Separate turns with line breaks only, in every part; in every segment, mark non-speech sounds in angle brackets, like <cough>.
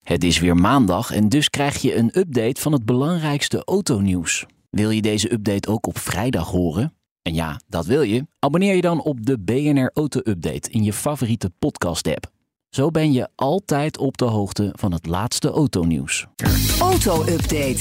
Het is weer maandag en dus krijg je een update van het belangrijkste autonieuws. Wil je deze update ook op vrijdag horen? En ja, dat wil je. Abonneer je dan op de BNR Auto Update in je favoriete podcast app. Zo ben je altijd op de hoogte van het laatste autonieuws.
Auto-update.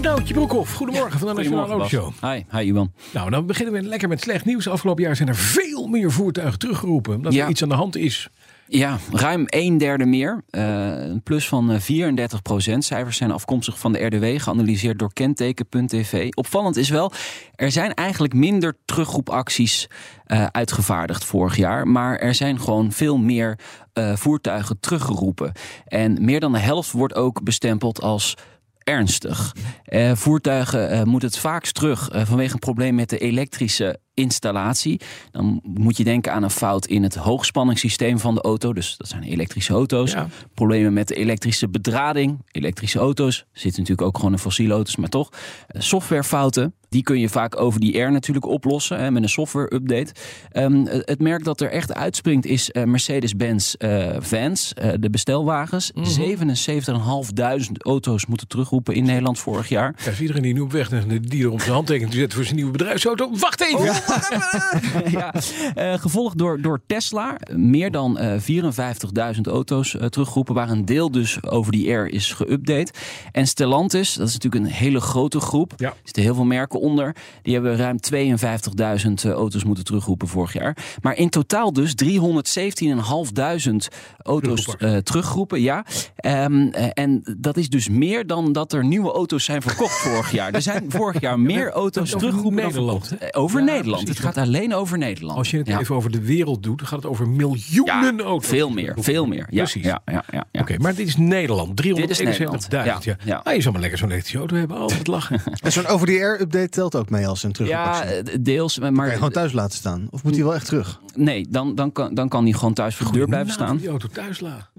Doutje Broekhoff, goedemorgen van de Nationale
Goedemorgen,
Autoshow.
Bas. Hi, hi Iwan.
Nou, dan beginnen we lekker met slecht nieuws. Afgelopen jaar zijn er veel meer voertuigen teruggeroepen. Omdat
Ja.
er iets aan de hand is.
Ja, ruim een derde meer. Eh, een plus van eh, 34 procent. Cijfers zijn afkomstig van de RDW, geanalyseerd door kenteken.tv. Opvallend is wel, er zijn eigenlijk minder terugroepacties eh, uitgevaardigd vorig jaar. Maar er zijn gewoon veel meer eh, voertuigen teruggeroepen. En meer dan de helft wordt ook bestempeld als ernstig. Eh, voertuigen eh, moeten het vaakst terug eh, vanwege een probleem met de elektrische installatie. Dan moet je denken aan een fout in het hoogspanningssysteem van de auto. Dus dat zijn elektrische auto's.
Ja.
Problemen met de elektrische bedrading. Elektrische auto's zitten natuurlijk ook gewoon in fossiele auto's, maar toch. Eh, Softwarefouten. Die kun je vaak over die R natuurlijk oplossen hè, met een software-update. Ehm, eh, het merk dat er echt uitspringt is eh, Mercedes-Benz eh, Vans, eh, de bestelwagens. 77.500 auto's moeten terugroepen in Nederland vorig jaar.
Daar is iedereen die nu op weg naar de dealer om zijn handtekening te zetten voor zijn nieuwe bedrijfsauto. Wacht even!
Oh. <laughs> ja. eh, gevolgd door, door Tesla. Meer dan eh, 54.000 auto's eh, teruggeroepen, waar een deel dus over die R is geüpdate. En Stellantis, dat is natuurlijk een hele grote groep.
Ja.
Er zitten heel veel merken onder. Die hebben ruim 52.000 eh, auto's moeten terugroepen vorig jaar. Maar in totaal dus 317.500 auto's eh teruggeroepen. Ja. Ehm, eh, en dat is dus meer dan dat er nieuwe auto's zijn verkocht vorig jaar. Er zijn vorig jaar meer auto's
over
teruggeroepen dan
Nederland,
verkocht. Eh, Over
Ja,
Nederland.
precies,
het gaat alleen over Nederland.
Als je het
Ja.
even over de wereld doet, dan gaat het over miljoenen auto's.
Veel meer, veel meer. Ja,
Precies.
Ja, ja, ja, ja.
Oké, maar dit is Nederland. 371.000.
Dit is Nederland.
Ja.
Ja, ja.
Ah, je zou maar lekker zo'n elektrische auto hebben. Altijd lachen.
En zo'n over the air update telt ook mee als een
Ja,
terugroepactie. Ja,
eh, deels. Maar
gewoon thuis laten staan. Of moet hij wel echt terug?
nee, dan, dan, kan, dan kan die gewoon thuis voor de deur blijven
Laten we
staan.
Die auto thuis laten. <laughs>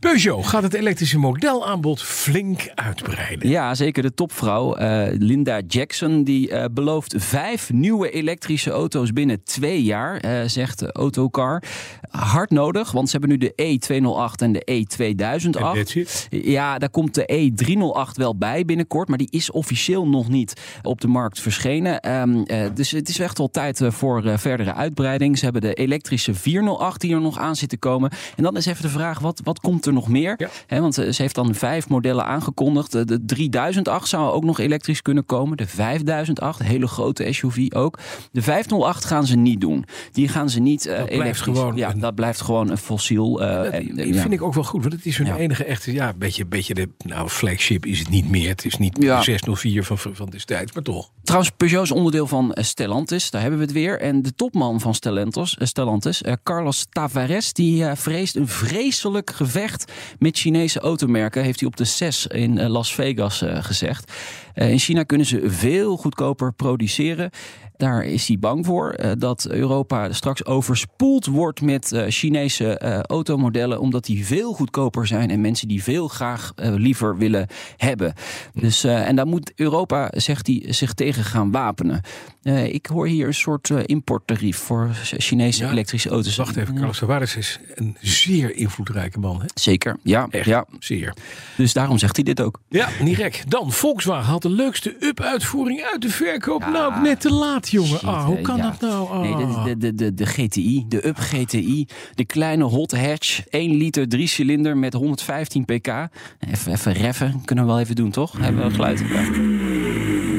Peugeot gaat het elektrische modelaanbod flink uitbreiden.
Ja, zeker de topvrouw eh, Linda Jackson. Die eh, belooft vijf nieuwe elektrische auto's binnen twee jaar, eh, zegt eh, Autocar. Hard nodig, want ze hebben nu de E208 en de E
En
E2008.
that's it.
Ja, daar komt de E308 wel bij binnenkort, maar die is officieel nog niet op de markt verschenen. Ehm, eh, dus het is echt al tijd eh, voor eh, verdere uitbreiding. Ze hebben de elektrische 408 die er nog aan zit te komen. En dan is even de vraag, wat, wat komt er nog meer?
Ja.
Hè, want eh, ze heeft dan vijf modellen aangekondigd. De, de 3008 zou ook nog elektrisch kunnen komen. De 5008, een hele grote SUV ook. De 508 gaan ze niet doen. Die gaan ze niet eh,
Dat blijft
elektrisch.
gewoon
ja,
een-
dat blijft gewoon een fossiel. eh,
Dat
en-
vind
ja.
ik ook wel goed, want het is hun
Ja.
enige echte, ja, beetje, beetje de, nou, flagship is het niet meer. Het is niet
Ja.
de 604 van, van destijds, maar toch.
Trouwens, Peugeot is onderdeel van eh, Stellantis. Daar hebben we het weer. En de topman van Stellantis, eh, Stellantis eh, Carlos Tavares, die eh, vreest een vreselijk gevecht met Chinese automerken. Heeft hij op de 6 in eh, Las Vegas eh, gezegd. Eh, in China kunnen ze veel goedkoper produceren. Daar is hij bang voor eh, dat Europa straks overspoeld wordt met eh, Chinese eh, automodellen, omdat die veel goedkoper zijn en mensen die veel graag eh, liever willen hebben. Dus, eh, en daar moet Europa, zegt hij, zich tegen gaan wapenen. Eh, ik hoor hier een soort eh, importtarief voor Chinese
Ja,
elektrische auto's.
Wacht even,
Ja,
Carlos Tavares is een zeer invloedrijke man. Hè?
Zeker, ja,
Echt,
ja.
zeer.
Dus daarom zegt hij dit ook.
Ja, niet gek. Dan, Volkswagen had de leukste up-uitvoering uit de verkoop.
Ja.
Nou, net te laat, jongen.
Shit,
Ah, hoe
eh,
kan
ja.
dat nou? Ah.
Nee, dat is de, de, de, de GTI, de Up GTI, de kleine hot hatch, 1 liter, 3 cilinder met 115 pk. Even, even reffen, kunnen we wel even doen, toch? Hebben we geluid erbij.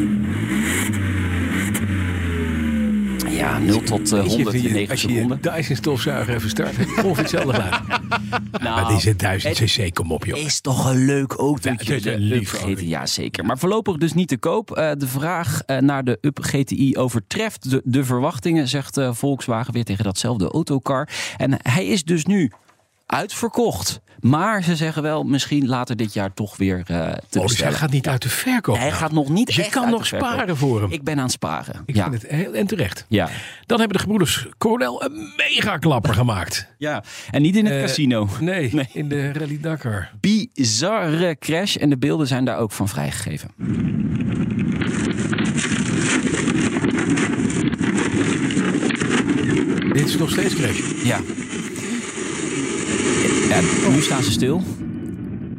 Ja, 0 tot eh,
Weet je,
100 in
die-
9
Als je je
seconden.
Dyson stofzuiger even start, <laughs> of hetzelfde
<laughs>
geluid. Maar
Nou,
deze 1000 cc, kom op, joh.
is toch een leuk
Ja,
autootje.
het is een
de
lief
Up
autootje.
GTI, ja zeker. Maar voorlopig dus niet te koop. Eh, de vraag eh, naar de Up GTI overtreft de, de verwachtingen, zegt eh, Volkswagen weer tegen datzelfde autocar. En hij is dus nu uitverkocht. Maar ze zeggen wel, misschien later dit jaar toch weer eh te
Oh, dus hij
bestellen.
gaat niet uit de verkoop.
Hij
nou.
gaat nog niet
Je
echt
kan
uit
nog
de verkoop.
sparen voor hem. Ik,
Ik ben aan het sparen. ja.
vind het heel en terecht.
Ja.
Dan hebben de gebroeders Cornel een mega klapper
<laughs>
gemaakt.
ja, en niet in het
Eh,
casino.
Nee,
<laughs> Nee.
in de Rally Dakar.
Bizarre crash en de beelden zijn daar ook van vrijgegeven.
Dit is nog steeds crash.
Ja. ja nu staan ze stil.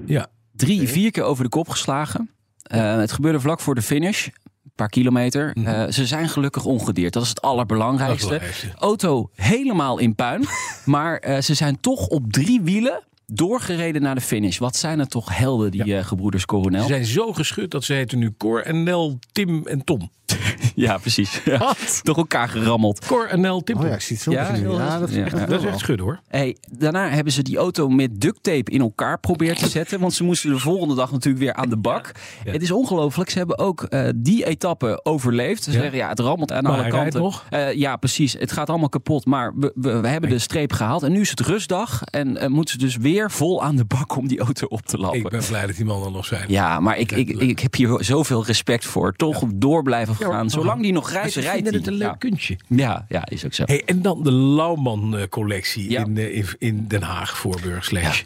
Ja.
Drie, vier keer over de kop geslagen. Eh, het gebeurde vlak voor de finish. Een paar kilometer. Eh, ze zijn gelukkig ongedeerd. Dat is het allerbelangrijkste.
Mhm. Dat is het
Auto helemaal
<laughs>
in puin. maar eh, ze zijn toch op drie wielen doorgereden naar de finish. Wat zijn er toch helden, die eh, gebroeders
Ze
Coronel.
zijn zo geschud dat ze heten nu Cor en Nel, Tim en Tom.
<laughs> Ja, precies. Ja. Door elkaar gerammeld.
Cor en Nel, Tim en
Oh ja,
Tom.
ik zie het filmpje
Ja,
nu.
heel
Ja,
lastig.
dat is
Ja.
echt
Dat is echt schudden hoor.
Hey, daarna hebben ze die auto met duct tape in elkaar proberen te zetten. Want ze moesten de volgende dag natuurlijk weer aan de bak. Het is ongelooflijk. Ze hebben ook eh, die etappe overleefd. Ze
Ja.
zeggen ja, het rammelt aan
Maar
alle
hij rijdt
kanten.
nog.
Eh, ja, precies. Het gaat allemaal kapot. Maar we, we, we hebben de streep gehaald. En nu is het rustdag. En eh, moeten ze dus weer vol aan de bak om die auto op te lappen.
Ik ben blij dat die mannen nog zijn.
Ja, maar ik, ik, ik heb hier zoveel respect voor. Toch door blijven gaan. Zolang die nog rijdt,
Ze
rijdt
vinden
die.
het een leuk
ja.
kuntje.
ja, ja, is ook zo.
Hey, en dan de Lauwman-collectie
Ja.
in, eh, in, in Den Haag, Voorburg, Slash.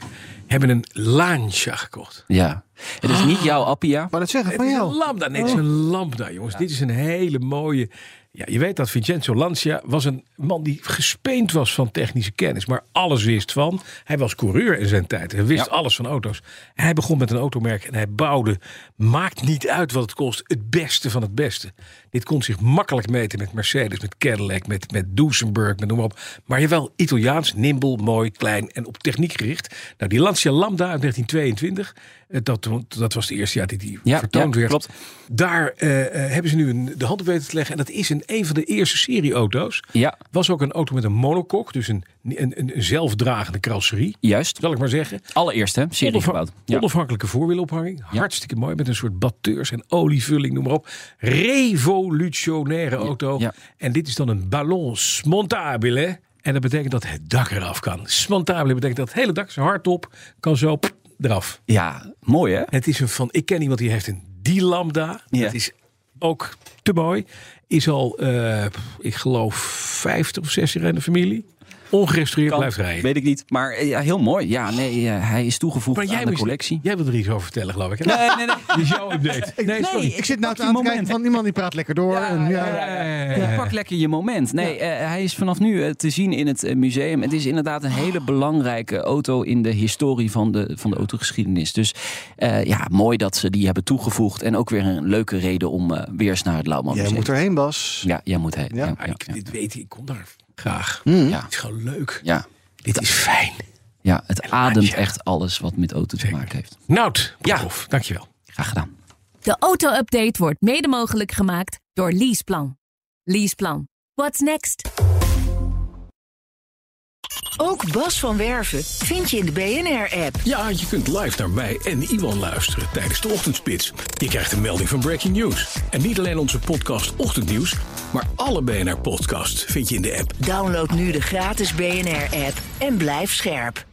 Hebben een Lancia gekocht.
Ja. Het is
Ah.
niet jouw Appia.
Maar dat zeggen
Het
van
is een
jou. Oh.
Lambda. Nee, het is een Lambda, jongens. Dit is een hele mooie... Ja, je weet dat Vincenzo Lancia was een man die gespeend was van technische kennis. Maar alles wist van. Hij was coureur in zijn tijd. Hij wist alles van auto's. En hij begon met een automerk en hij bouwde... maakt niet uit wat het kost, het beste van het beste. Dit kon zich makkelijk meten met Mercedes, met Cadillac, met, met Duesenberg, met noem maar op. Maar jawel, Italiaans, nimble, mooi, klein en op techniek gericht. Nou, die Lancia Lambda uit 1922... eh, Dat, dat was het eerste jaar dat die
Ja,
vertoond
ja,
werd.
klopt.
Daar eh, eh, hebben ze nu een, de hand op weten te leggen. En dat is in een van de eerste serieauto's.
Ja.
Was ook een auto met een monocoque. Dus een, een, een, een zelfdragende carrosserie.
Juist.
Zal ik maar zeggen.
Allereerst, hè? Serie
Onafha-
gebouwd. Ja.
Onafhankelijke voorwielophanging. Hartstikke mooi. Met een soort batteurs en olievulling, noem maar op. Revolutionaire auto.
ja.
En dit is dan een ballon smontabile. En dat betekent dat het dak eraf kan. Smontabile betekent dat het hele dak, zo hardop, kan zo pff, eraf.
ja, mooi hè?
Het is een van. Ik ken iemand die heeft een die lambda.
Ja.
Dat is ook te mooi. Is al, eh, ik geloof, 50 of 60 jaar in de familie. Ongerestaureerd blijft rijden.
Weet ik niet. Maar eh, ja, heel mooi. Ja, nee, eh, hij is toegevoegd
Maar jij,
aan de
moest, <laughs>
collectie.
jij wil er iets over vertellen, geloof ik. hè? <laughs>
Nee, nee, nee.
Dit is jouw update. Nee, sorry.
Ik zit nou
pak
te aan te kijken
die moment.
van iemand die praat lekker door. en, ja,
Ja, pak lekker je moment. Nee, eh, hij is vanaf nu eh, te zien in het eh, museum. Het is inderdaad een hele belangrijke auto in de historie van de, van de autogeschiedenis. Dus eh, ja, mooi dat ze die hebben toegevoegd. En ook weer een leuke reden om eh, weer eens naar het Lauwman
Jij
Museum.
moet erheen, Bas.
Ja, jij moet heen. Ja,
Ja, Mm.
ja,
Ah,
ja,
ik, dit weet Mhm. ik, ik kom daar graag.
ja.
Het is gewoon leuk.
ja.
Dit is fijn.
Ja, het ademt
Lancia.
echt alles wat met auto te maken heeft.
Nout, Broekhoff, dankjewel.
Graag gedaan.
De auto-update wordt mede mogelijk gemaakt door Leaseplan. Leaseplan. What's next?
Ook Bas van Werven vind je in de BNR-app.
Ja, je kunt live naar mij en Iwan luisteren tijdens de ochtendspits. Je krijgt een melding van Breaking News. En niet alleen onze podcast Ochtendnieuws, maar alle BNR-podcasts vind je in de app.
Download nu de gratis BNR-app en blijf scherp.